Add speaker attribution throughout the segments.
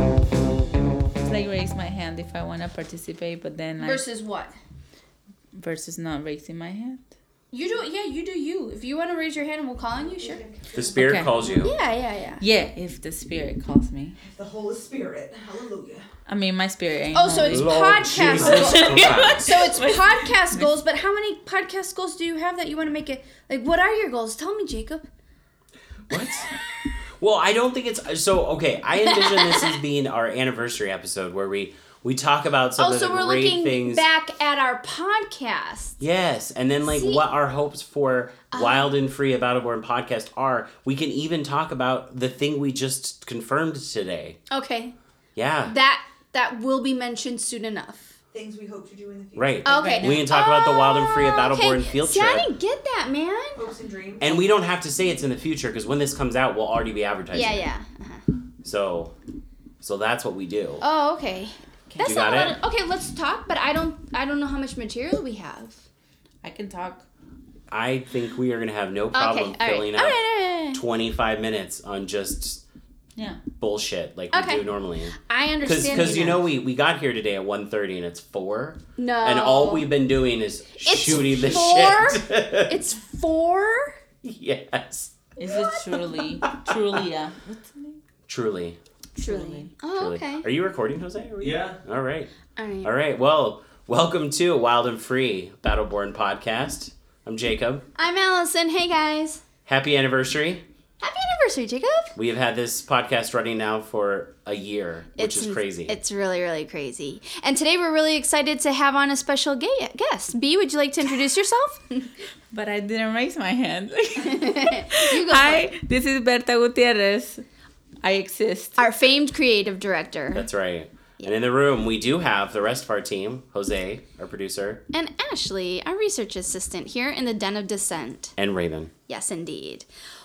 Speaker 1: It's like raise my hand if I want to participate, but then I
Speaker 2: Versus what?
Speaker 1: versus not raising my hand.
Speaker 2: You do yeah, you do you. If you want to raise your hand and we'll call on you, sure.
Speaker 3: The spirit
Speaker 1: Okay.
Speaker 3: calls you.
Speaker 2: Yeah, yeah, yeah.
Speaker 1: Yeah, if the spirit calls me.
Speaker 4: The Holy Spirit. Hallelujah.
Speaker 1: I mean, my spirit ain't.
Speaker 2: Oh, so
Speaker 1: holy.
Speaker 2: it's
Speaker 3: Lord
Speaker 2: podcast
Speaker 3: Jesus
Speaker 2: goals.
Speaker 3: Christ.
Speaker 2: So it's podcast goals, but how many podcast goals do you have that you want to make it? Like, what are your goals? Tell me, Jacob.
Speaker 3: What? Well, I don't think it's so. Okay, I envision this as being our anniversary episode where we we talk about some of
Speaker 2: also,
Speaker 3: the
Speaker 2: Oh, we're
Speaker 3: great
Speaker 2: looking
Speaker 3: things.
Speaker 2: back at our podcast.
Speaker 3: Yes, and then like
Speaker 2: See- Ah.
Speaker 3: what our hopes for Wild and Free About Aborn podcast are. We can even talk about the thing we just confirmed today.
Speaker 2: Okay,
Speaker 3: Yeah,
Speaker 2: that that will be mentioned soon enough.
Speaker 4: Things we hope to do in the future.
Speaker 3: right.
Speaker 2: Okay,
Speaker 3: We can talk about the wild and free
Speaker 2: Oh,
Speaker 3: at Battleborn
Speaker 2: okay.
Speaker 3: field
Speaker 2: See, I
Speaker 3: trip.
Speaker 2: didn't get that, man.
Speaker 4: Hopes and dreams.
Speaker 3: And we don't have to say it's in the future because when this comes out, we'll already be advertising.
Speaker 2: Yeah,
Speaker 3: it.
Speaker 2: yeah.
Speaker 3: So, so that's what we do.
Speaker 2: Oh, okay. That's
Speaker 3: You
Speaker 2: not a
Speaker 3: got
Speaker 2: lot. Of, okay, let's talk. But I don't. I don't know how much material we have.
Speaker 1: I can talk.
Speaker 3: I think we are gonna have no
Speaker 2: Okay.
Speaker 3: problem
Speaker 2: all right.
Speaker 3: filling
Speaker 2: all right. All
Speaker 3: up
Speaker 2: right. all right.
Speaker 3: 25 minutes on just
Speaker 1: Yeah.
Speaker 3: bullshit like
Speaker 2: Okay.
Speaker 3: we do normally.
Speaker 2: I understand.
Speaker 3: Because you
Speaker 2: now.
Speaker 3: know we we got here today at 1.30 and it's four.
Speaker 2: No.
Speaker 3: And all we've been doing is shooting the
Speaker 2: Oh. four?
Speaker 3: shit.
Speaker 2: It's four.
Speaker 3: yes.
Speaker 1: Is it truly? truly, yeah. What's the name?
Speaker 3: Truly.
Speaker 2: Truly. Oh,
Speaker 3: Truly.
Speaker 2: okay.
Speaker 3: Are you recording, Jose? Are you-
Speaker 5: Yeah.
Speaker 3: All right.
Speaker 2: All right.
Speaker 3: All right. Well, welcome to Wild and Free Battleborn podcast. I'm Jacob.
Speaker 2: I'm Allison. Hey guys.
Speaker 3: Happy anniversary.
Speaker 2: Happy anniversary, Jacob.
Speaker 3: We have had this podcast running now for a year, which is crazy.
Speaker 2: It's really, really crazy. And today we're really excited to have on a special ga- guest. B, would you like to introduce yourself?
Speaker 1: But I didn't raise my hand.
Speaker 2: You go
Speaker 1: Hi, this is Berta Gutierrez. I exist.
Speaker 2: Our famed creative director
Speaker 3: That's right. And in the room, we do have the rest of our team Jose, our producer,
Speaker 2: and Ashley, our research assistant here in the Den of Dissent.
Speaker 3: and Raven.
Speaker 2: Yes, indeed.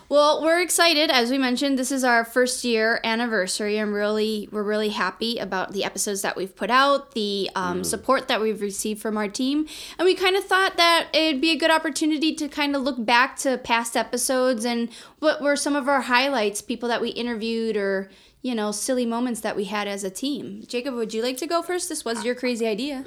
Speaker 2: Well, we're excited. As we mentioned, this is our first year anniversary. and really, we're really happy about the episodes that we've put out, the um, support that we've received from our team, and we kind of thought that it'd be a good opportunity to kind of look back to past episodes and what were some of our highlights, people that we interviewed, or you know, silly moments that we had as a team. Jacob, would you like to go first? This was your crazy idea.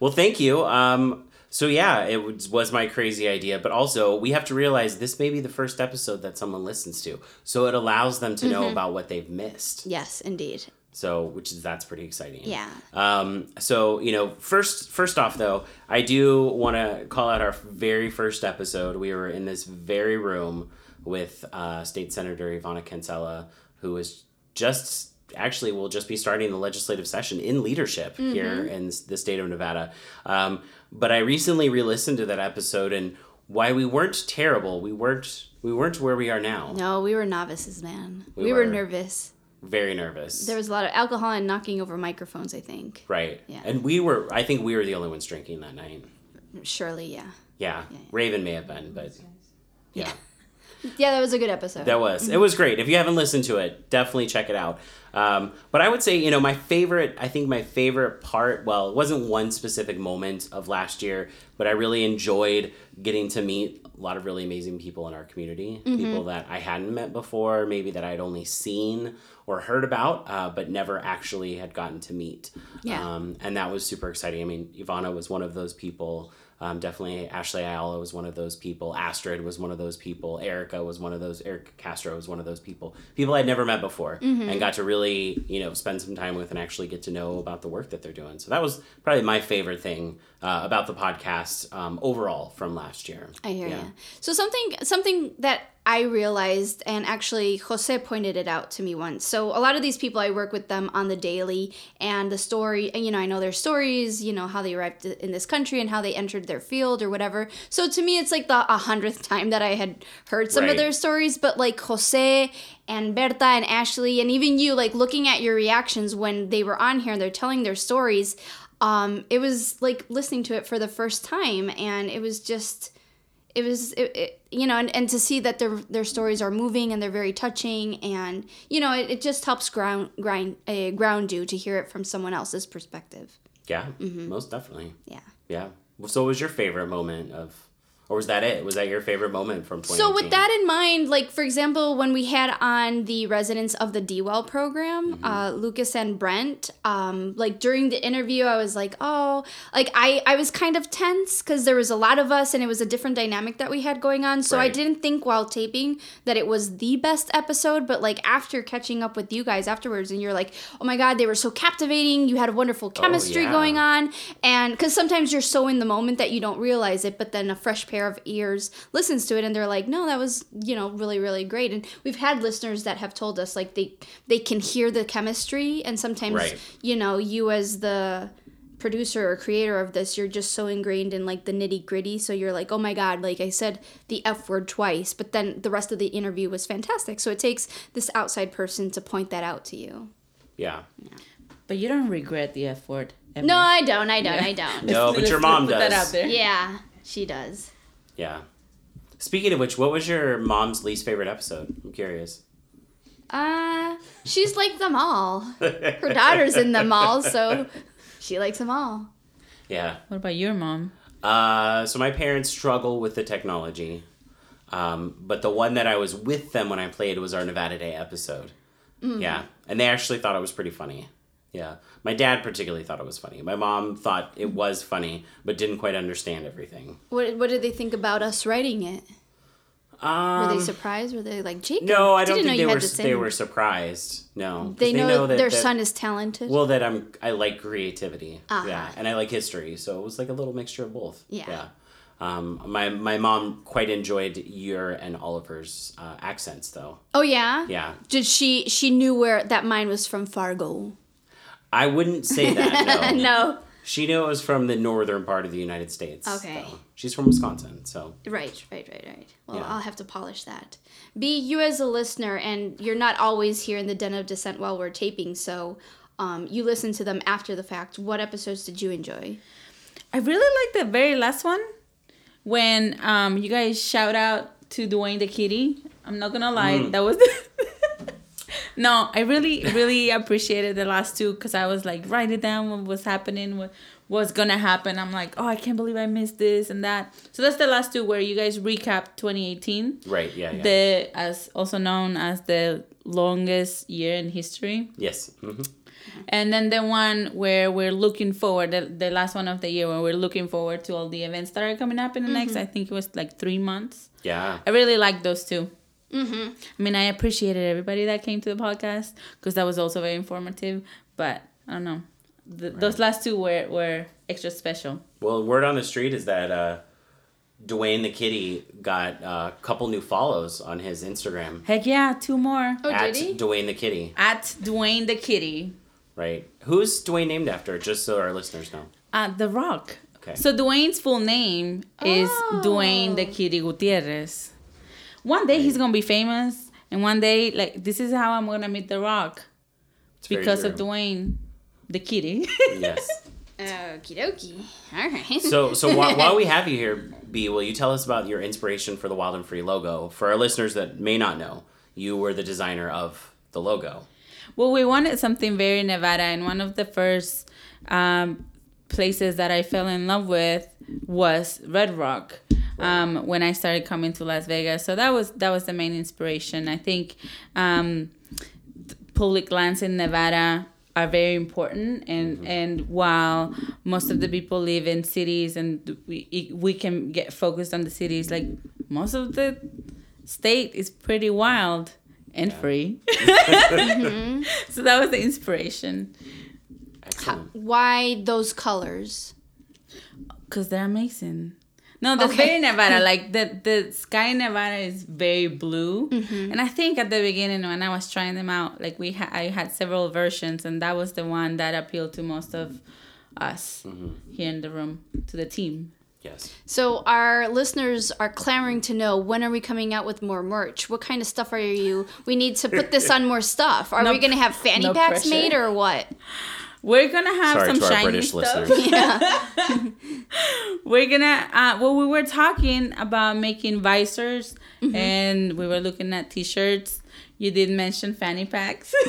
Speaker 3: Well, thank you. Um, so, yeah, it was, was my crazy idea, but also we have to realize this may be the first episode that someone listens to. So it allows them to know about what they've missed.
Speaker 2: yes, indeed.
Speaker 3: So, which is that's pretty exciting.
Speaker 2: Yeah.
Speaker 3: Um, so you know, first first off though, I do want to call out our very first episode. We were in this very room with uh, State Senator Ivana Kinsella, who is just actually will just be starting the legislative session in leadership
Speaker 2: Mm-hmm.
Speaker 3: here in s- the state of Nevada. Um, but I recently re-listened to that episode, and why we weren't terrible, we weren't we weren't where we are now.
Speaker 2: No, we were novices, man. We,
Speaker 3: were.
Speaker 2: were nervous.
Speaker 3: Very nervous.
Speaker 2: There was a lot of alcohol and knocking over microphones, I think.
Speaker 3: Right.
Speaker 2: Yeah.
Speaker 3: And we were, I think we were the only ones drinking that night.
Speaker 2: Surely, yeah.
Speaker 3: Yeah. Raven may have been, but yeah,
Speaker 2: Yeah, that was a good episode.
Speaker 3: that was it was great. If you haven't listened to it, definitely check it out. Um, but I would say, you know, my favorite, I think my favorite part, well, it wasn't one specific moment of last year, but I really enjoyed getting to meet a lot of really amazing people in our community, people that I hadn't met before, maybe that I'd only seen or heard about, uh, but never actually had gotten to meet.
Speaker 2: Yeah.
Speaker 3: Um, and that was super exciting. I mean, Ivana was one of those people. Um, definitely, Ashley Ayala was one of those people. Astrid was one of those people. Erica was one of those. Erica Castro was one of those people. People I'd never met before,
Speaker 2: Mm-hmm.
Speaker 3: and got to really, you know, spend some time with and actually get to know about the work that they're doing. So that was probably my favorite thing uh, about the podcast um, overall from last year.
Speaker 2: I hear ya. So something something that I realized, and actually Jose pointed it out to me once. So a lot of these people I work with them on the daily, and the story, and you know, I know their stories, you know, how they arrived in this country and how they entered their field or whatever. So to me, it's like the a hundredth time that I had heard some
Speaker 3: Right.
Speaker 2: of their stories, but like Jose and Berta and Ashley and even you, like looking at your reactions when they were on here and they're telling their stories. um, it was like listening to it for the first time, and it was just, it was, it, it, you know, and, and to see that their their stories are moving and they're very touching, and you know, it, it just helps ground grind uh, ground you to hear it from someone else's perspective.
Speaker 3: Yeah,
Speaker 2: Mm-hmm.
Speaker 3: most definitely.
Speaker 2: Yeah.
Speaker 3: Yeah. So, what was your favorite moment of, or was that it? Was that your favorite moment from 2018?
Speaker 2: So with that in mind, like for example, when we had on the residents of the DWell program,
Speaker 3: Mm-hmm.
Speaker 2: uh, Lucas and Brent, um, like during the interview, I was like, oh, like I I was kind of tense because there was a lot of us and it was a different dynamic that we had going on. So I
Speaker 3: Right.
Speaker 2: didn't think while taping that it was the best episode, but like after catching up with you guys afterwards, and you're like, oh my god, they were so captivating. You had a wonderful chemistry
Speaker 3: Oh, yeah.
Speaker 2: going on on and because sometimes you're so in the moment that you don't realize it but then a fresh pair of ears listens to it and they're like no that was you know really really great and we've had listeners that have told us like they they can hear the chemistry and sometimes
Speaker 3: Right.
Speaker 2: you know you as the producer or creator of this you're just so ingrained in like the nitty gritty so you're like oh my god like i said the f word twice but then the rest of the interview was fantastic so it takes this outside person to point that out to you
Speaker 3: Yeah.
Speaker 1: But you don't regret the F word. ever.
Speaker 2: no i don't i don't i don't
Speaker 3: No,
Speaker 1: Let's-
Speaker 3: but your
Speaker 1: let's
Speaker 3: mom
Speaker 1: put that
Speaker 3: does.
Speaker 1: out there.
Speaker 2: yeah she does
Speaker 3: Yeah. Speaking of which, what was your mom's least favorite episode? I'm curious.
Speaker 2: Uh, she's like them all. Her daughter's in them all, so she likes them all.
Speaker 3: Yeah.
Speaker 1: What about your mom?
Speaker 3: Uh, so my parents struggle with the technology, um, but the one that I was with them when I played was our Nevada Day episode.
Speaker 2: Mm.
Speaker 3: Yeah, and they actually thought it was pretty funny. Yeah, my dad particularly thought it was funny. My mom thought it was funny, but didn't quite understand everything.
Speaker 2: What What did they think about us writing it? Were
Speaker 3: Um,
Speaker 2: they surprised? Were they like Jacob?
Speaker 3: no, I don't
Speaker 2: didn't
Speaker 3: think
Speaker 2: know
Speaker 3: they
Speaker 2: you
Speaker 3: were.
Speaker 2: had this
Speaker 3: They
Speaker 2: in-
Speaker 3: were surprised. No, 'cause
Speaker 2: They, know,
Speaker 3: that,
Speaker 2: their
Speaker 3: that-
Speaker 2: son is talented.
Speaker 3: Well, that I'm I like creativity.
Speaker 2: Uh-huh.
Speaker 3: Yeah, and I like history, so it was like a little mixture of both.
Speaker 2: Yeah.
Speaker 3: Um, my my mom quite enjoyed your and Oliver's uh, accents, though.
Speaker 2: oh yeah.
Speaker 3: Yeah,
Speaker 2: Did she? She knew where that mine was from Fargo.
Speaker 3: I wouldn't say that. No.
Speaker 2: No.
Speaker 3: She knew it was from the northern part of the United States.
Speaker 2: Okay.
Speaker 3: though. She's from Wisconsin, so
Speaker 2: Right, right, right, right. Well,
Speaker 3: Yeah.
Speaker 2: I'll have to polish that. B, you as a listener, and you're not always here in the den of dissent while we're taping, so um, you listen to them after the fact. What episodes did you enjoy?
Speaker 1: I really like the very last one when um you guys shout out to Dwayne the Kitty. I'm not gonna lie, that was. no, I really, really appreciated the last two because I was like, write it down what was happening, what was gonna happen. I'm like, oh, I can't believe I missed this and that. So that's the last two where you guys recap 2018,
Speaker 3: right, yeah, yeah.
Speaker 1: the as also known as the longest year in history.
Speaker 3: yes. hmm
Speaker 1: And then the one where we're looking forward, the, the last one of the year where we're looking forward to all the events that are coming up in the next, I think it was like three months.
Speaker 3: Yeah.
Speaker 1: I really like those 2 Mm-hmm. I mean, I appreciated everybody that came to the podcast because that was also very informative. But I don't know, Th those last two were were extra special.
Speaker 3: Well, word on the street is that uh, Dwayne the Kitty got uh, a couple new follows on his Instagram.
Speaker 1: Heck yeah, two more
Speaker 2: Oh,
Speaker 3: at
Speaker 2: did he?
Speaker 3: Dwayne the Kitty,
Speaker 1: at Dwayne the Kitty.
Speaker 3: right? Who's Dwayne named after? Just so our listeners know.
Speaker 1: Uh, the Rock.
Speaker 3: Okay.
Speaker 1: So Dwayne's full name is
Speaker 2: Oh.
Speaker 1: Dwayne the Kitty Gutierrez. One day he's gonna be famous, and one day like this is how I'm gonna meet The Rock
Speaker 3: It's very
Speaker 1: because of
Speaker 3: true.
Speaker 1: Dwayne the Kitty.
Speaker 3: Yes.
Speaker 2: Okie dokie. All right.
Speaker 3: So, so while, while we have you here, B, will you tell us about your inspiration for the Wild and Free logo? For our listeners that may not know, you were the designer of the logo.
Speaker 1: Well, we wanted something very Nevada, and one of the first um, places that I fell in love with was Red Rock. Um, when I started coming to Las Vegas, so that was that was the main inspiration. I think um, th- public lands in Nevada are very important, and and while most of the people live in cities, and we we can get focused on the cities, like most of the state is pretty wild and free. So that was the inspiration.
Speaker 3: Excellent.
Speaker 2: Why those colors?
Speaker 1: Cause they're amazing. No, that's
Speaker 2: Okay.
Speaker 1: very Nevada. Like the the sky in Nevada is very blue, and I think at the beginning when I was trying them out, like we ha- I had several versions, and that was the one that appealed to most of us
Speaker 3: Mm-hmm.
Speaker 1: here in the room to the team.
Speaker 3: Yes.
Speaker 2: So our listeners are clamoring to know when are we coming out with more merch? What kind of stuff are you? We need to put this on more stuff. Are
Speaker 1: No-
Speaker 2: we going to have fanny
Speaker 1: no
Speaker 2: packs
Speaker 1: pressure.
Speaker 2: made or what?
Speaker 1: We're gonna have
Speaker 3: Sorry
Speaker 1: some
Speaker 3: to our
Speaker 1: shiny
Speaker 3: British
Speaker 1: stuff.
Speaker 3: listeners.
Speaker 2: Yeah.
Speaker 1: We're gonna. Uh, well, we were talking about making visors, and we were looking at T-shirts. You did mention fanny packs.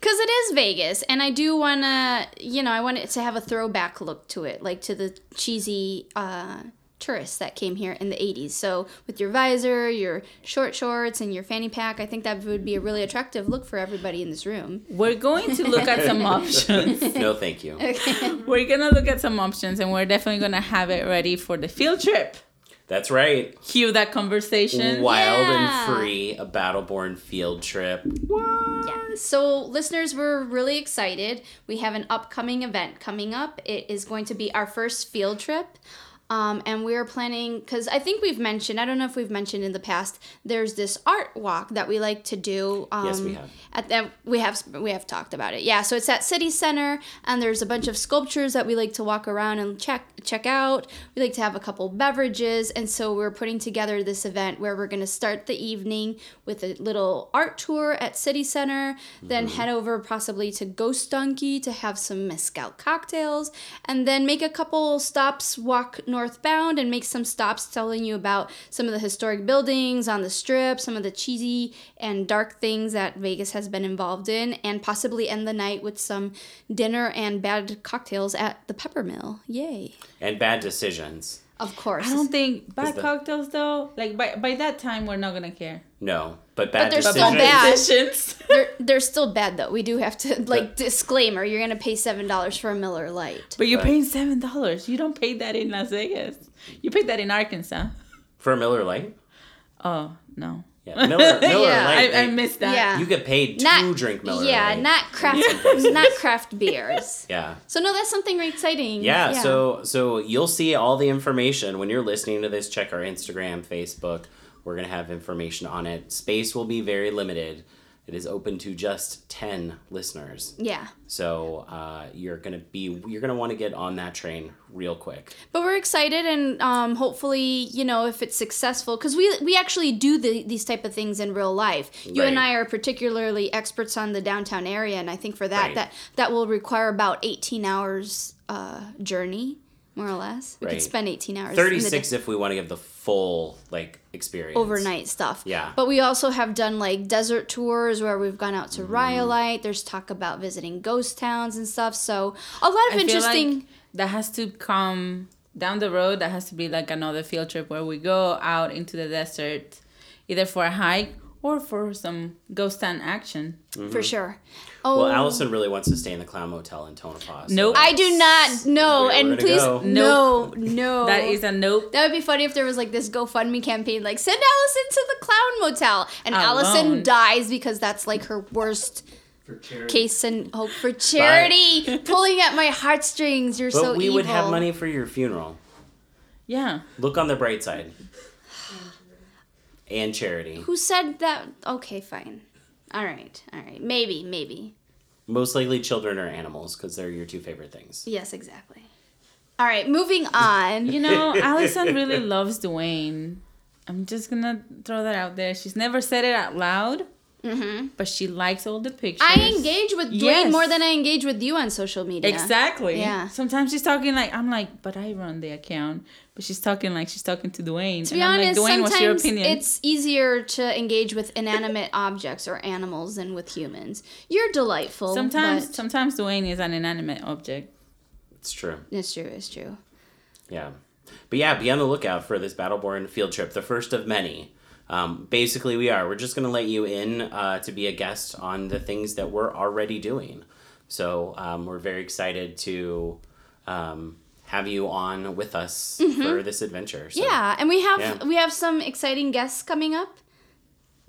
Speaker 2: Because it is Vegas, and I do want to, you know, I want it to have a throwback look to it, like to the cheesy uh, tourists that came here in the 80s. So, with your visor, your short shorts, and your fanny pack, I think that would be a really attractive look for everybody in this room.
Speaker 1: we're going to look at some options.
Speaker 3: no, thank you.
Speaker 1: We're gonna look at some options, and we're definitely gonna have it ready for the field trip.
Speaker 3: That's right.
Speaker 1: Cue that conversation.
Speaker 3: Wild
Speaker 2: Yeah.
Speaker 3: and free, a Battleborn field trip.
Speaker 2: Yeah. So, listeners, we're really excited. We have an upcoming event coming up. It is going to be our first field trip. Um, and we are planning, because I think we've mentioned, I don't know if we've mentioned in the past, there's this art walk that we like to do. Um,
Speaker 3: Yes, we have.
Speaker 2: At the, we have we have talked about it. Yeah, so it's at City Center, and there's a bunch of sculptures that we like to walk around and check check out. We like to have a couple beverages, and so we're putting together this event where we're going to start the evening with a little art tour at City Center, then
Speaker 3: Mm-hmm.
Speaker 2: head over possibly to Ghost Donkey to have some mezcal cocktails, and then make a couple stops, walk northbound, and make some stops telling you about some of the historic buildings on the strip, some of the cheesy and dark things that Vegas has been involved in, and possibly end the night with some dinner and bad cocktails at the Peppermill. Yay!
Speaker 3: And bad decisions.
Speaker 2: Of course.
Speaker 1: I don't think bad
Speaker 3: the-
Speaker 1: cocktails though. Like by by that time, we're not gonna care.
Speaker 3: No, but bad
Speaker 2: they're still
Speaker 3: decisions.
Speaker 2: bad.
Speaker 1: Decisions.
Speaker 2: they're, they're still bad though. We do have to like disclaimer. You're gonna pay seven dollars for a Miller Light.
Speaker 1: But you're
Speaker 3: Right.
Speaker 1: paying seven dollars. You don't pay that in Las Vegas. You pay that in Arkansas.
Speaker 3: For Miller Lite?
Speaker 1: Oh no,
Speaker 3: Yeah, Miller, Miller
Speaker 2: Yeah.
Speaker 3: Lite.
Speaker 1: I, I
Speaker 3: they-
Speaker 1: missed that.
Speaker 2: Yeah.
Speaker 3: You get paid to
Speaker 2: Not
Speaker 3: drink Miller
Speaker 2: Yeah,
Speaker 3: Lite.
Speaker 2: not craft, not craft beers.
Speaker 3: Yeah.
Speaker 2: So no, that's something exciting.
Speaker 3: Yeah, so so you'll see all the information when you're listening to this. Check our Instagram, Facebook. We're gonna have information on it. Space will be very limited. It is open to just ten listeners.
Speaker 2: yeah.
Speaker 3: So uh, you're gonna be you're gonna want to get on that train real quick.
Speaker 2: But we're excited, and um, hopefully, you know, if it's successful, because we we actually do the, these type of things in real life. You and
Speaker 3: Right.
Speaker 2: I are particularly experts on the downtown area, and I think for that
Speaker 3: Right.
Speaker 2: that that will require about eighteen hours uh, journey, more or less. We
Speaker 3: Right.
Speaker 2: could spend eighteen hours. in the
Speaker 3: Thirty six if we want to give the full like experience
Speaker 2: overnight stuff.
Speaker 3: Yeah.
Speaker 2: But we also have done like desert tours where we've gone out
Speaker 3: Mm.
Speaker 2: to Rhyolite. There's talk about visiting ghost towns and stuff. So a lot of
Speaker 1: I feel
Speaker 2: interesting.
Speaker 1: like that has to come down the road. That has to be like another field trip where we go out into the desert, either for a hike or for some ghost town action.
Speaker 2: For sure. Oh,
Speaker 3: Well, Allison really wants to stay in the Clown Motel in Tonopah. so
Speaker 1: Nope.
Speaker 2: I do not know.
Speaker 3: Where we're
Speaker 2: And
Speaker 3: gonna
Speaker 2: please,
Speaker 3: go.
Speaker 2: no, no.
Speaker 1: That is a nope.
Speaker 2: That would be funny if there was like this GoFundMe campaign, like send Allison to the clown motel, and
Speaker 1: Alone.
Speaker 2: Allison dies because that's like her worst
Speaker 5: for charity.
Speaker 2: case and hope for charity. Pulling at my heartstrings, you're
Speaker 3: But
Speaker 2: so
Speaker 3: we
Speaker 2: evil.
Speaker 3: would have money for your funeral.
Speaker 1: Yeah.
Speaker 3: Look on the bright side. And charity.
Speaker 2: Who said that? Okay, fine. All right, all right. Maybe, maybe.
Speaker 3: Most likely children or animals because they're your two favorite things.
Speaker 2: Yes, exactly. All right, moving on.
Speaker 1: You know, Allison really loves Dwayne. I'm just gonna throw that out there. She's never said it out loud,
Speaker 2: hmm
Speaker 1: but she likes all the pictures.
Speaker 2: I engage with Dwayne
Speaker 1: Yes.
Speaker 2: more than I engage with you on social media.
Speaker 1: Exactly.
Speaker 2: Yeah.
Speaker 1: Sometimes she's talking like I'm like, but I run the account. But she's talking like she's talking to Dwayne.
Speaker 2: To be
Speaker 1: and
Speaker 2: honest,
Speaker 1: I'm like, Dwayne, what's your
Speaker 2: sometimes
Speaker 1: opinion?
Speaker 2: it's easier to engage with inanimate objects or animals than with humans. You're
Speaker 1: Oh,
Speaker 2: delightful.
Speaker 1: sometimes
Speaker 2: but-
Speaker 1: sometimes Dwayne is an inanimate object.
Speaker 3: It's true.
Speaker 2: it's true. It's true.
Speaker 3: Yeah. But yeah, be on the lookout for this Battleborn field trip, the first of many. Um, basically, we are. We're just going to let you in uh, to be a guest on the things that we're already doing. So um, we're very excited to um, have you on with us for this adventure. So.
Speaker 2: Mm-hmm. Yeah, and we have
Speaker 3: Yeah.
Speaker 2: we have some exciting guests coming up.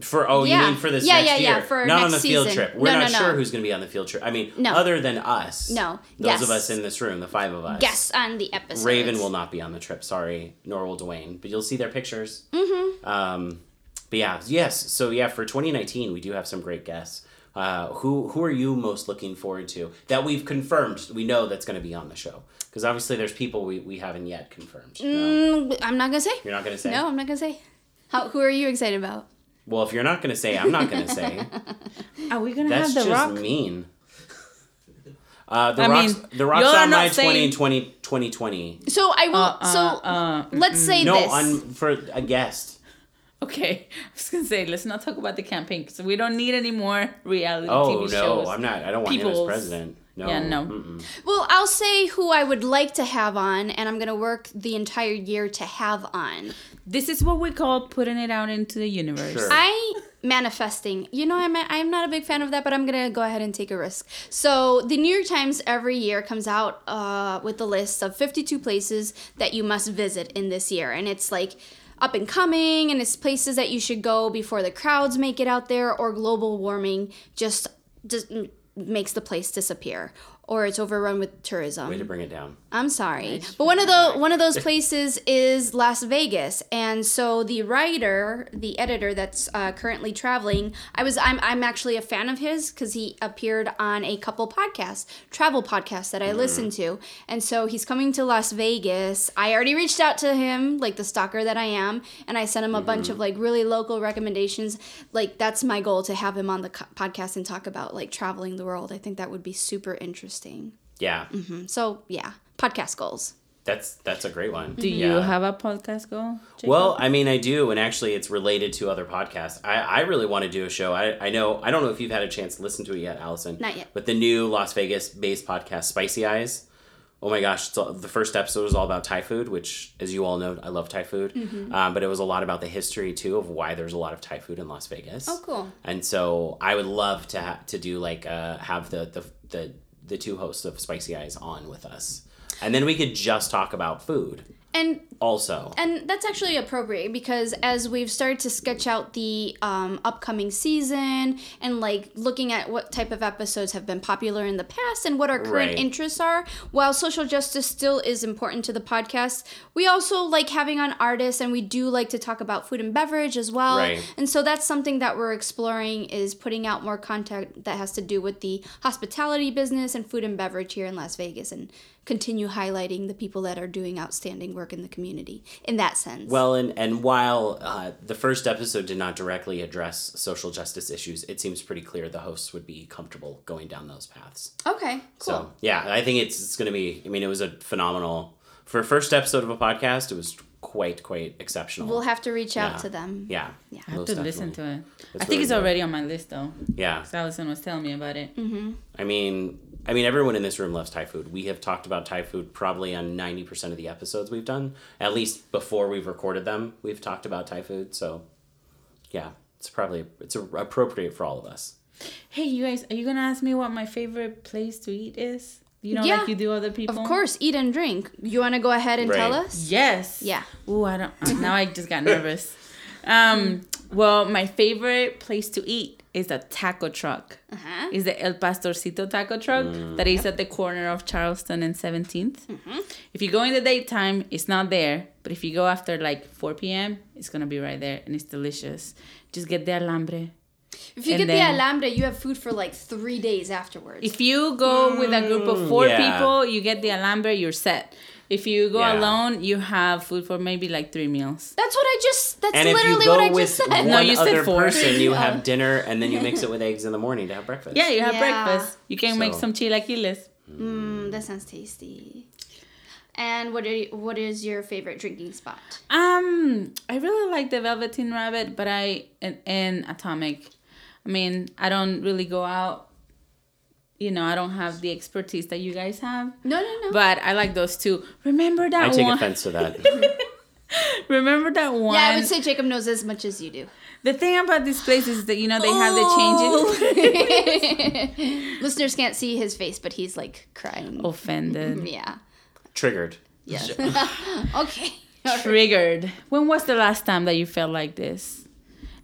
Speaker 3: For oh,
Speaker 2: Yeah.
Speaker 3: you mean for this
Speaker 2: Yeah,
Speaker 3: next
Speaker 2: yeah,
Speaker 3: year?
Speaker 2: yeah, for
Speaker 3: not on the
Speaker 2: next
Speaker 3: field
Speaker 2: season.
Speaker 3: trip. We're
Speaker 2: No,
Speaker 3: not
Speaker 2: no, no.
Speaker 3: sure who's going to be on the field trip. I mean,
Speaker 2: No.
Speaker 3: other than us.
Speaker 2: No.
Speaker 3: Those
Speaker 2: Yes.
Speaker 3: of us in this room, the five of us.
Speaker 2: Guests on the episode.
Speaker 3: Raven will not be on the trip. Sorry, nor will Dwayne. But you'll see their pictures. Mm-hmm. Um, but yeah, yes. So yeah, for 2019, we do have some great guests. Uh, who who are you most looking forward to that we've confirmed? We know that's going to be on the show because obviously there's people we, we haven't yet confirmed. No.
Speaker 2: Mm, I'm not gonna say.
Speaker 3: You're not going to say.
Speaker 2: No, I'm not gonna say. How, who are you excited about?
Speaker 3: Well, if you're not going to say, I'm not going to say.
Speaker 1: Are we gonna
Speaker 3: That's
Speaker 1: have the
Speaker 3: just
Speaker 1: rock?
Speaker 3: mean. Uh, the
Speaker 1: I
Speaker 3: rocks.
Speaker 1: mean,
Speaker 3: the rocks
Speaker 1: y'all are
Speaker 3: on
Speaker 1: not
Speaker 3: my
Speaker 1: saying-
Speaker 3: 20, 20, 2020.
Speaker 2: So I will.
Speaker 1: Uh,
Speaker 2: so
Speaker 1: uh, uh,
Speaker 2: let's say
Speaker 3: No,
Speaker 2: this.
Speaker 3: on for a guest.
Speaker 1: Okay, I was gonna say let's not talk about the campaign because we don't need any more reality
Speaker 3: Oh
Speaker 1: TV
Speaker 3: no,
Speaker 1: shows.
Speaker 3: I'm not. I don't want him
Speaker 1: Peoples.
Speaker 3: as president. No.
Speaker 1: Yeah, no.
Speaker 3: mm-mm.
Speaker 2: well, I'll say who I would like to have on, and I'm going to work the entire year to have on.
Speaker 1: This is what we call putting it out into the universe.
Speaker 3: Sure.
Speaker 2: I manifesting. You know, I'm I'm not a big fan of that, but I'm gonna go ahead and take a risk. So the New York Times every year comes out uh, with a list of 52 places that you must visit in this year, and it's like up and coming, and it's places that you should go before the crowds make it out there, or global warming just just m- makes the place disappear. Or it's overrun with tourism.
Speaker 3: Way to bring it down.
Speaker 2: I'm sorry, but one of the one of those places is Las Vegas, and so the writer, the editor that's uh, currently traveling, I was I'm I'm actually a fan of his because he appeared on a couple podcasts, travel podcasts that I listen to, and so he's coming to Las Vegas. I already reached out to him, like the stalker that I am, and I sent him a bunch of like really local recommendations. Like that's my goal to have him on the co- podcast and talk about like traveling the world. I think that would be super interesting.
Speaker 3: Yeah,
Speaker 1: Mm-hmm.
Speaker 2: So yeah, podcast goals.
Speaker 3: that's that's a great one.
Speaker 1: Do you have a podcast goal? Jacob?
Speaker 3: Well, I mean, I do, and actually, it's related to other podcasts. I, I really want to do a show. I, I know I don't know if you've had a chance to listen to it yet, Allison.
Speaker 2: Not yet.
Speaker 3: But the new Las Vegas based podcast, Spicy Eyes. Oh my gosh! It's all, the first episode was all about Thai food, which, as you all know, I love Thai food.
Speaker 1: Mm-hmm.
Speaker 3: Um, but it was a lot about the history too of why there's a lot of Thai food in Las Vegas.
Speaker 2: Oh, cool.
Speaker 3: And so I would love to ha- to do like uh, have the, the the the two hosts of Spicy Eyes on with us, and then we could just talk about food
Speaker 2: And
Speaker 3: also.
Speaker 2: and that's actually appropriate because as we've started to sketch out the um, upcoming season and like looking at what type of episodes have been popular in the past and what our current
Speaker 3: Right.
Speaker 2: interests are, while social justice still is important to the podcast, we also like having on artists and we do like to talk about food and beverage as well.
Speaker 3: Right.
Speaker 2: And so that's something that we're exploring is putting out more content that has to do with the hospitality business and food and beverage here in Las Vegas and continue highlighting the people that are doing outstanding work in the community in that sense.
Speaker 3: Well, and, and while uh, the first episode did not directly address social justice issues, it seems pretty clear the hosts would be comfortable going down those paths.
Speaker 2: okay, cool.
Speaker 3: So, yeah, I think it's, it's going to be, I mean, it was a phenomenal, for a first episode of a podcast, it was quite, quite exceptional.
Speaker 2: We'll have to reach out
Speaker 3: Yeah.
Speaker 2: to them.
Speaker 3: Yeah.
Speaker 2: Yeah.
Speaker 1: I have
Speaker 3: most
Speaker 1: to listen to
Speaker 3: definitely.
Speaker 1: it. I think
Speaker 3: really
Speaker 1: it's
Speaker 3: good.
Speaker 1: already on my list though.
Speaker 3: Yeah.
Speaker 1: Because Allison was telling me about it.
Speaker 3: I mean, I mean, everyone in this room loves Thai food. We have talked about Thai food probably on 90% of the episodes we've done. At least before we've recorded them, we've talked about Thai food. So, yeah, it's probably, it's appropriate for all of us.
Speaker 1: Hey, you guys, are you gonna ask me what my favorite place to eat is? You know,
Speaker 2: Yeah.
Speaker 1: like you do other people.
Speaker 2: Of course, eat and drink. You want to go ahead and tell
Speaker 3: Right.
Speaker 2: us?
Speaker 1: Yes.
Speaker 2: Yeah.
Speaker 1: Ooh, I don't. uh, now I just got nervous. Um. Well, my favorite place to eat is a taco truck.
Speaker 2: Uh-huh.
Speaker 1: Is the El Pastorcito taco truck
Speaker 3: Mm.
Speaker 1: that is at the corner of Charleston and 17th.
Speaker 2: Mm-hmm.
Speaker 1: If you go in the daytime, it's not there. But if you go after like 4 p.m., it's gonna be right there and it's delicious. Just get the alambre.
Speaker 2: If you
Speaker 1: And
Speaker 2: get
Speaker 1: then-
Speaker 2: the Alhambra, you have food for like three days afterwards.
Speaker 1: If you go with a group of four
Speaker 3: Mm, yeah.
Speaker 1: people, you get the alambre, you're set. If you go
Speaker 3: Yeah.
Speaker 1: alone, you have food for maybe like three meals.
Speaker 2: that's what I just. That's
Speaker 3: And if
Speaker 2: literally
Speaker 3: you
Speaker 2: what
Speaker 3: go
Speaker 2: I
Speaker 3: with
Speaker 2: just said.
Speaker 3: one
Speaker 1: No, you said
Speaker 3: other
Speaker 1: four.
Speaker 3: person, you
Speaker 2: Oh.
Speaker 3: have dinner, and then you mix it with eggs in the morning to have breakfast.
Speaker 1: Yeah, you have
Speaker 2: Yeah.
Speaker 1: breakfast. You can make
Speaker 3: So-
Speaker 1: some chilaquiles.
Speaker 2: Mm, that sounds tasty. And what are you, what is your favorite drinking spot?
Speaker 1: Um, I really like the Velveteen Rabbit, but I and, and Atomic. I mean, I don't really go out. You know, I don't have the expertise that you guys have,
Speaker 2: No, no, no.
Speaker 1: but I like those two. Remember that
Speaker 3: I take
Speaker 1: one.
Speaker 3: offense to that.
Speaker 1: Remember that one.
Speaker 2: yeah, I would say Jacob knows as much as you do.
Speaker 1: the thing about this place is that you know they have the changes.
Speaker 2: Listeners can't see his face, but he's like crying.
Speaker 1: Oh. Offended,
Speaker 2: Yeah.
Speaker 3: Triggered.
Speaker 2: Yes. okay.
Speaker 1: triggered. When was the last time that you felt like this?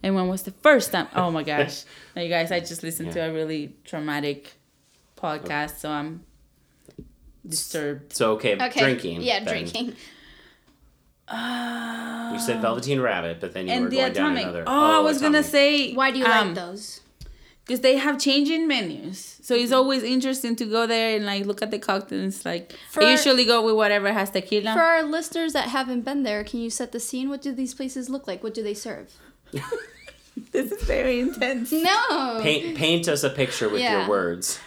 Speaker 1: And when was the first time? Oh my gosh! now you guys, I just listened to a really traumatic podcast, so I'm disturbed.
Speaker 3: So okay,
Speaker 2: Okay.
Speaker 3: drinking.
Speaker 2: Yeah,
Speaker 3: then.
Speaker 2: drinking.
Speaker 3: You said Velveteen Rabbit, but then you
Speaker 1: Oh. and
Speaker 3: were
Speaker 1: the
Speaker 3: going
Speaker 1: atomic.
Speaker 3: down another.
Speaker 1: Oh, I was gonna
Speaker 3: Atomic.
Speaker 1: say.
Speaker 2: Why do you like
Speaker 1: those?
Speaker 2: those?
Speaker 1: Because they have changing menus, so
Speaker 2: Mm-hmm.
Speaker 1: it's always interesting to go there and like look at the cocktails. Like
Speaker 2: For-
Speaker 1: I usually go with whatever has tequila.
Speaker 2: For our listeners that haven't been there, can you set the scene? What do these places look like? What do they serve?
Speaker 1: this is very intense.
Speaker 2: No.
Speaker 3: Paint, paint us a picture with
Speaker 2: Yeah.
Speaker 3: your words.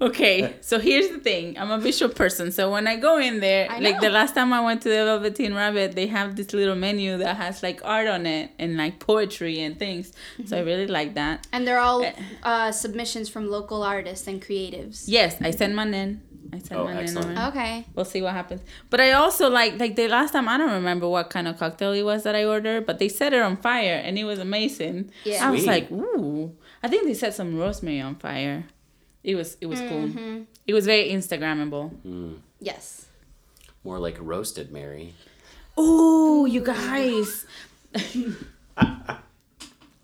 Speaker 1: Okay, so here's the thing. I'm a visual person, so when I go in there,
Speaker 2: I
Speaker 1: like
Speaker 2: know.
Speaker 1: the last time I went to the Velveteen Rabbit, they have this little menu that has like art on it and like poetry and things. So I
Speaker 2: Mm-hmm.
Speaker 1: really like that.
Speaker 2: And they're all
Speaker 1: Eh.
Speaker 2: uh, submissions from local artists and creatives.
Speaker 1: Yes, I sent mine in. I sent
Speaker 3: Oh,
Speaker 1: mine
Speaker 3: excellent.
Speaker 1: in. already.
Speaker 2: Okay.
Speaker 1: We'll see what happens. But I also like like the last time I don't remember what kind of cocktail it was that I ordered, but they set it on fire and it was amazing.
Speaker 2: Yeah.
Speaker 1: I was
Speaker 3: Sweet.
Speaker 1: like, ooh. I think they set some rosemary on fire. It was it was
Speaker 2: Mm-hmm.
Speaker 1: cool. It was very Instagrammable.
Speaker 2: Yes.
Speaker 3: More like roasted Mary.
Speaker 2: Oh,
Speaker 1: Ooh, you guys.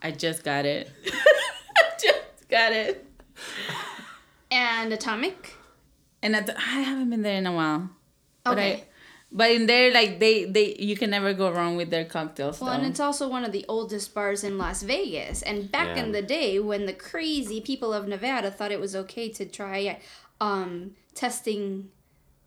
Speaker 1: I just got it. I just got it.
Speaker 2: And Atomic.
Speaker 1: And I, th- I haven't been there in a while. But
Speaker 2: Okay.
Speaker 1: I, but in there, like they, they, you can never go wrong with their cocktails.
Speaker 2: Well, and
Speaker 1: though.
Speaker 2: it's also one of the oldest bars in Las Vegas. And back
Speaker 3: Yeah.
Speaker 2: in the day, when the crazy people of Nevada thought it was okay to try um, testing,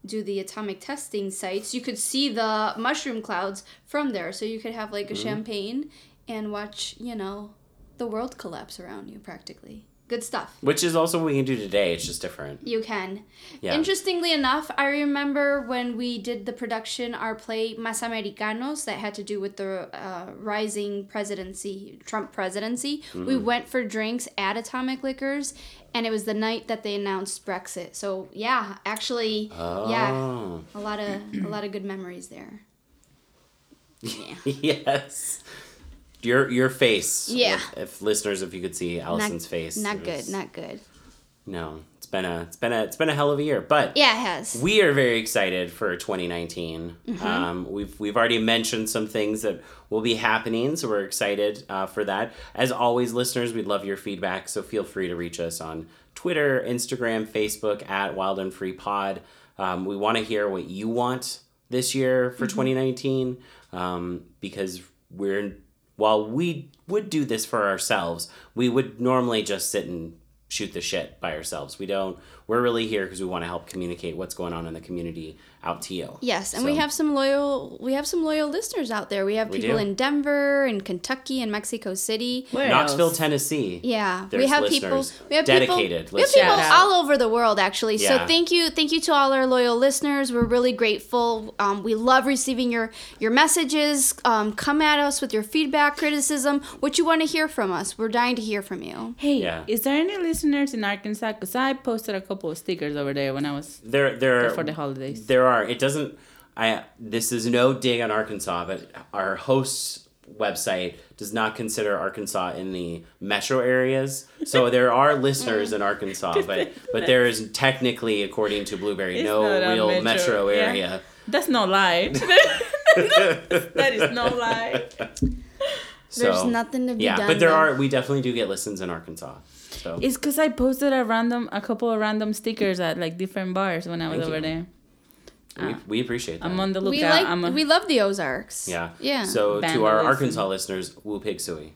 Speaker 2: do the atomic testing sites, you could see the mushroom clouds from there. So you could have like a champagne and watch, you know, the world collapse around you practically. Good stuff.
Speaker 3: Which is also what we can do today. It's just different.
Speaker 2: You can.
Speaker 3: Yeah.
Speaker 2: Interestingly enough, I remember when we did the production, our play Mas Americanos, that had to do with the uh, rising presidency, Trump presidency. We
Speaker 3: Mm-hmm.
Speaker 2: went for drinks at Atomic Liquors, and it was the night that they announced Brexit. So yeah, actually, yeah,
Speaker 3: Oh.
Speaker 2: a lot of a lot of good memories there.
Speaker 3: yes. Your your face.
Speaker 2: Yeah.
Speaker 3: If, if listeners, if you could see Allison's face.
Speaker 2: Not
Speaker 3: it
Speaker 2: good.
Speaker 3: was-
Speaker 2: Not good.
Speaker 3: No. It's been a it's been a it's been a hell of a year. But
Speaker 2: Yeah, it has.
Speaker 3: we are very excited for 2019. Um, we've we've already mentioned some things that will be happening, so we're excited uh, for that. As always, listeners, we'd love your feedback, so feel free to reach us on Twitter, Instagram, Facebook at Wild and Free Pod. Um, we want to hear what you want this year for 2019 um, because we're while we would do this for ourselves, we would normally just sit and shoot the shit by ourselves. We don't. We're really here because we want to help communicate what's going on in the community out to you.
Speaker 2: Yes, and we
Speaker 3: So-
Speaker 2: have some loyal we have some loyal listeners out there. We have people
Speaker 3: do.
Speaker 2: in Denver, in Kentucky, in Mexico City.
Speaker 1: Where
Speaker 3: Knoxville,
Speaker 1: else?
Speaker 3: Tennessee.
Speaker 2: Yeah, we
Speaker 3: There's
Speaker 2: have
Speaker 3: listeners,
Speaker 2: people. We have
Speaker 3: dedicated
Speaker 2: people. We have people
Speaker 1: listeners.
Speaker 2: all over the world, actually.
Speaker 3: Yeah.
Speaker 2: So thank you, thank you to all our loyal listeners. We're really grateful. Um, we love receiving your your messages. Um, come at us with your feedback, criticism, what you want to hear from us. We're dying to hear from you.
Speaker 1: Hey,
Speaker 3: Yeah.
Speaker 1: is there any listeners in Arkansas? Because I posted a couple of stickers over there when I was
Speaker 3: There, there
Speaker 1: for the holidays.
Speaker 3: There are. It doesn't. I. This is no dig on Arkansas, but our host's website does not consider Arkansas in the metro areas. So there are listeners in Arkansas, but but there is technically, according to Blueberry,
Speaker 1: It's
Speaker 3: no
Speaker 1: not a
Speaker 3: real metro,
Speaker 1: metro, yeah.
Speaker 3: area.
Speaker 1: That's no lie. that is no lie.
Speaker 3: So,
Speaker 2: There's nothing to be
Speaker 3: yeah,
Speaker 2: done
Speaker 3: but there
Speaker 2: then.
Speaker 3: are. We definitely do get listens in Arkansas. So
Speaker 1: It's because I posted a random, a couple of random stickers at like different bars when I was
Speaker 3: Thank
Speaker 1: over
Speaker 3: you.
Speaker 1: there.
Speaker 2: Ah.
Speaker 3: we, we appreciate that.
Speaker 1: I'm on the lookout.
Speaker 2: we like.
Speaker 1: I'm a,
Speaker 2: we love the Ozarks.
Speaker 3: yeah.
Speaker 2: Yeah.
Speaker 3: So to our
Speaker 1: Vandalism.
Speaker 3: Arkansas listeners, woo pig suey.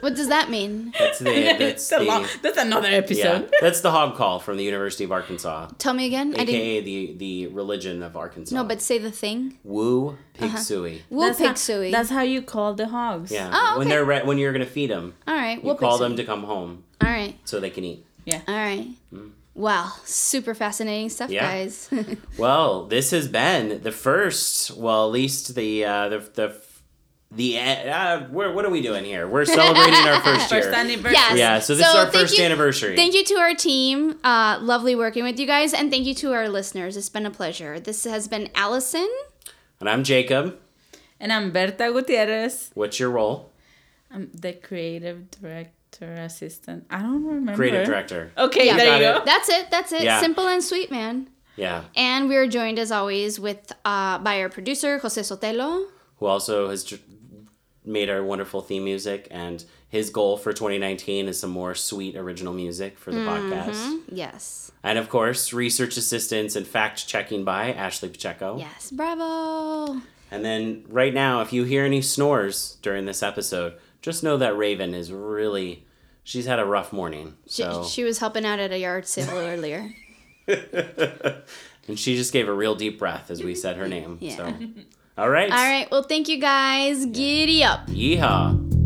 Speaker 2: what does that mean?
Speaker 3: That's the that's
Speaker 1: It's a long-
Speaker 3: the
Speaker 1: that's another
Speaker 3: yeah,
Speaker 1: episode.
Speaker 3: that's the hog call from the University of Arkansas.
Speaker 2: Tell me again. I didn't.
Speaker 3: aka the the religion of Arkansas.
Speaker 2: No, but Uh-huh. say the thing.
Speaker 3: woo pig suey.
Speaker 2: We'll
Speaker 1: that's
Speaker 2: pick
Speaker 1: how,
Speaker 2: Suey.
Speaker 1: That's how you call the hogs.
Speaker 3: Yeah,
Speaker 2: Oh,
Speaker 3: when
Speaker 2: okay.
Speaker 3: they're re- when you're gonna feed them,
Speaker 2: all right.
Speaker 3: you
Speaker 2: We'll
Speaker 3: call
Speaker 2: pick
Speaker 3: them
Speaker 2: Suey.
Speaker 3: to come home
Speaker 2: All right.
Speaker 3: so they can eat.
Speaker 1: Yeah.
Speaker 2: All right. Wow, super fascinating stuff,
Speaker 3: Hmm. Yeah.
Speaker 2: guys.
Speaker 3: Well, this has been the first. Well, at least the uh, the the the uh, we're, what are we doing here? We're celebrating our first year.
Speaker 1: First anniversary.
Speaker 2: Yes.
Speaker 3: Yeah, so this is our
Speaker 2: thank
Speaker 3: first
Speaker 2: you-
Speaker 3: anniversary.
Speaker 2: Thank you to our team. Uh, lovely working with you guys, and thank you to our listeners. It's been a pleasure. This has been Allison.
Speaker 3: And I'm Jacob.
Speaker 1: And I'm Berta Gutierrez.
Speaker 3: What's your role?
Speaker 1: I'm the creative director assistant. I don't remember.
Speaker 3: Creative director.
Speaker 1: Okay,
Speaker 2: Yeah.
Speaker 1: there you
Speaker 3: Got
Speaker 1: go.
Speaker 3: it.
Speaker 2: That's it. That's it.
Speaker 3: Yeah.
Speaker 2: Simple and sweet, man.
Speaker 3: Yeah,
Speaker 2: And we are joined as always with uh, by our producer Jose Sotelo.
Speaker 3: who also has dr- made our wonderful theme music, and his goal for 2019 is some more sweet original music for the
Speaker 2: Mm-hmm.
Speaker 3: podcast.
Speaker 2: Yes.
Speaker 3: And of course, research assistance and fact checking by Ashley Pacheco.
Speaker 2: Yes. Bravo.
Speaker 3: And then right now, if you hear any snores during this episode, just know that Raven is really she's had a rough morning.
Speaker 2: She,
Speaker 3: So
Speaker 2: she was helping out at a yard sale earlier.
Speaker 3: and she just gave a real deep breath as we said her name.
Speaker 2: Yeah.
Speaker 3: So all right.
Speaker 2: All right. Well, thank you guys. Giddy up.
Speaker 3: Yeehaw.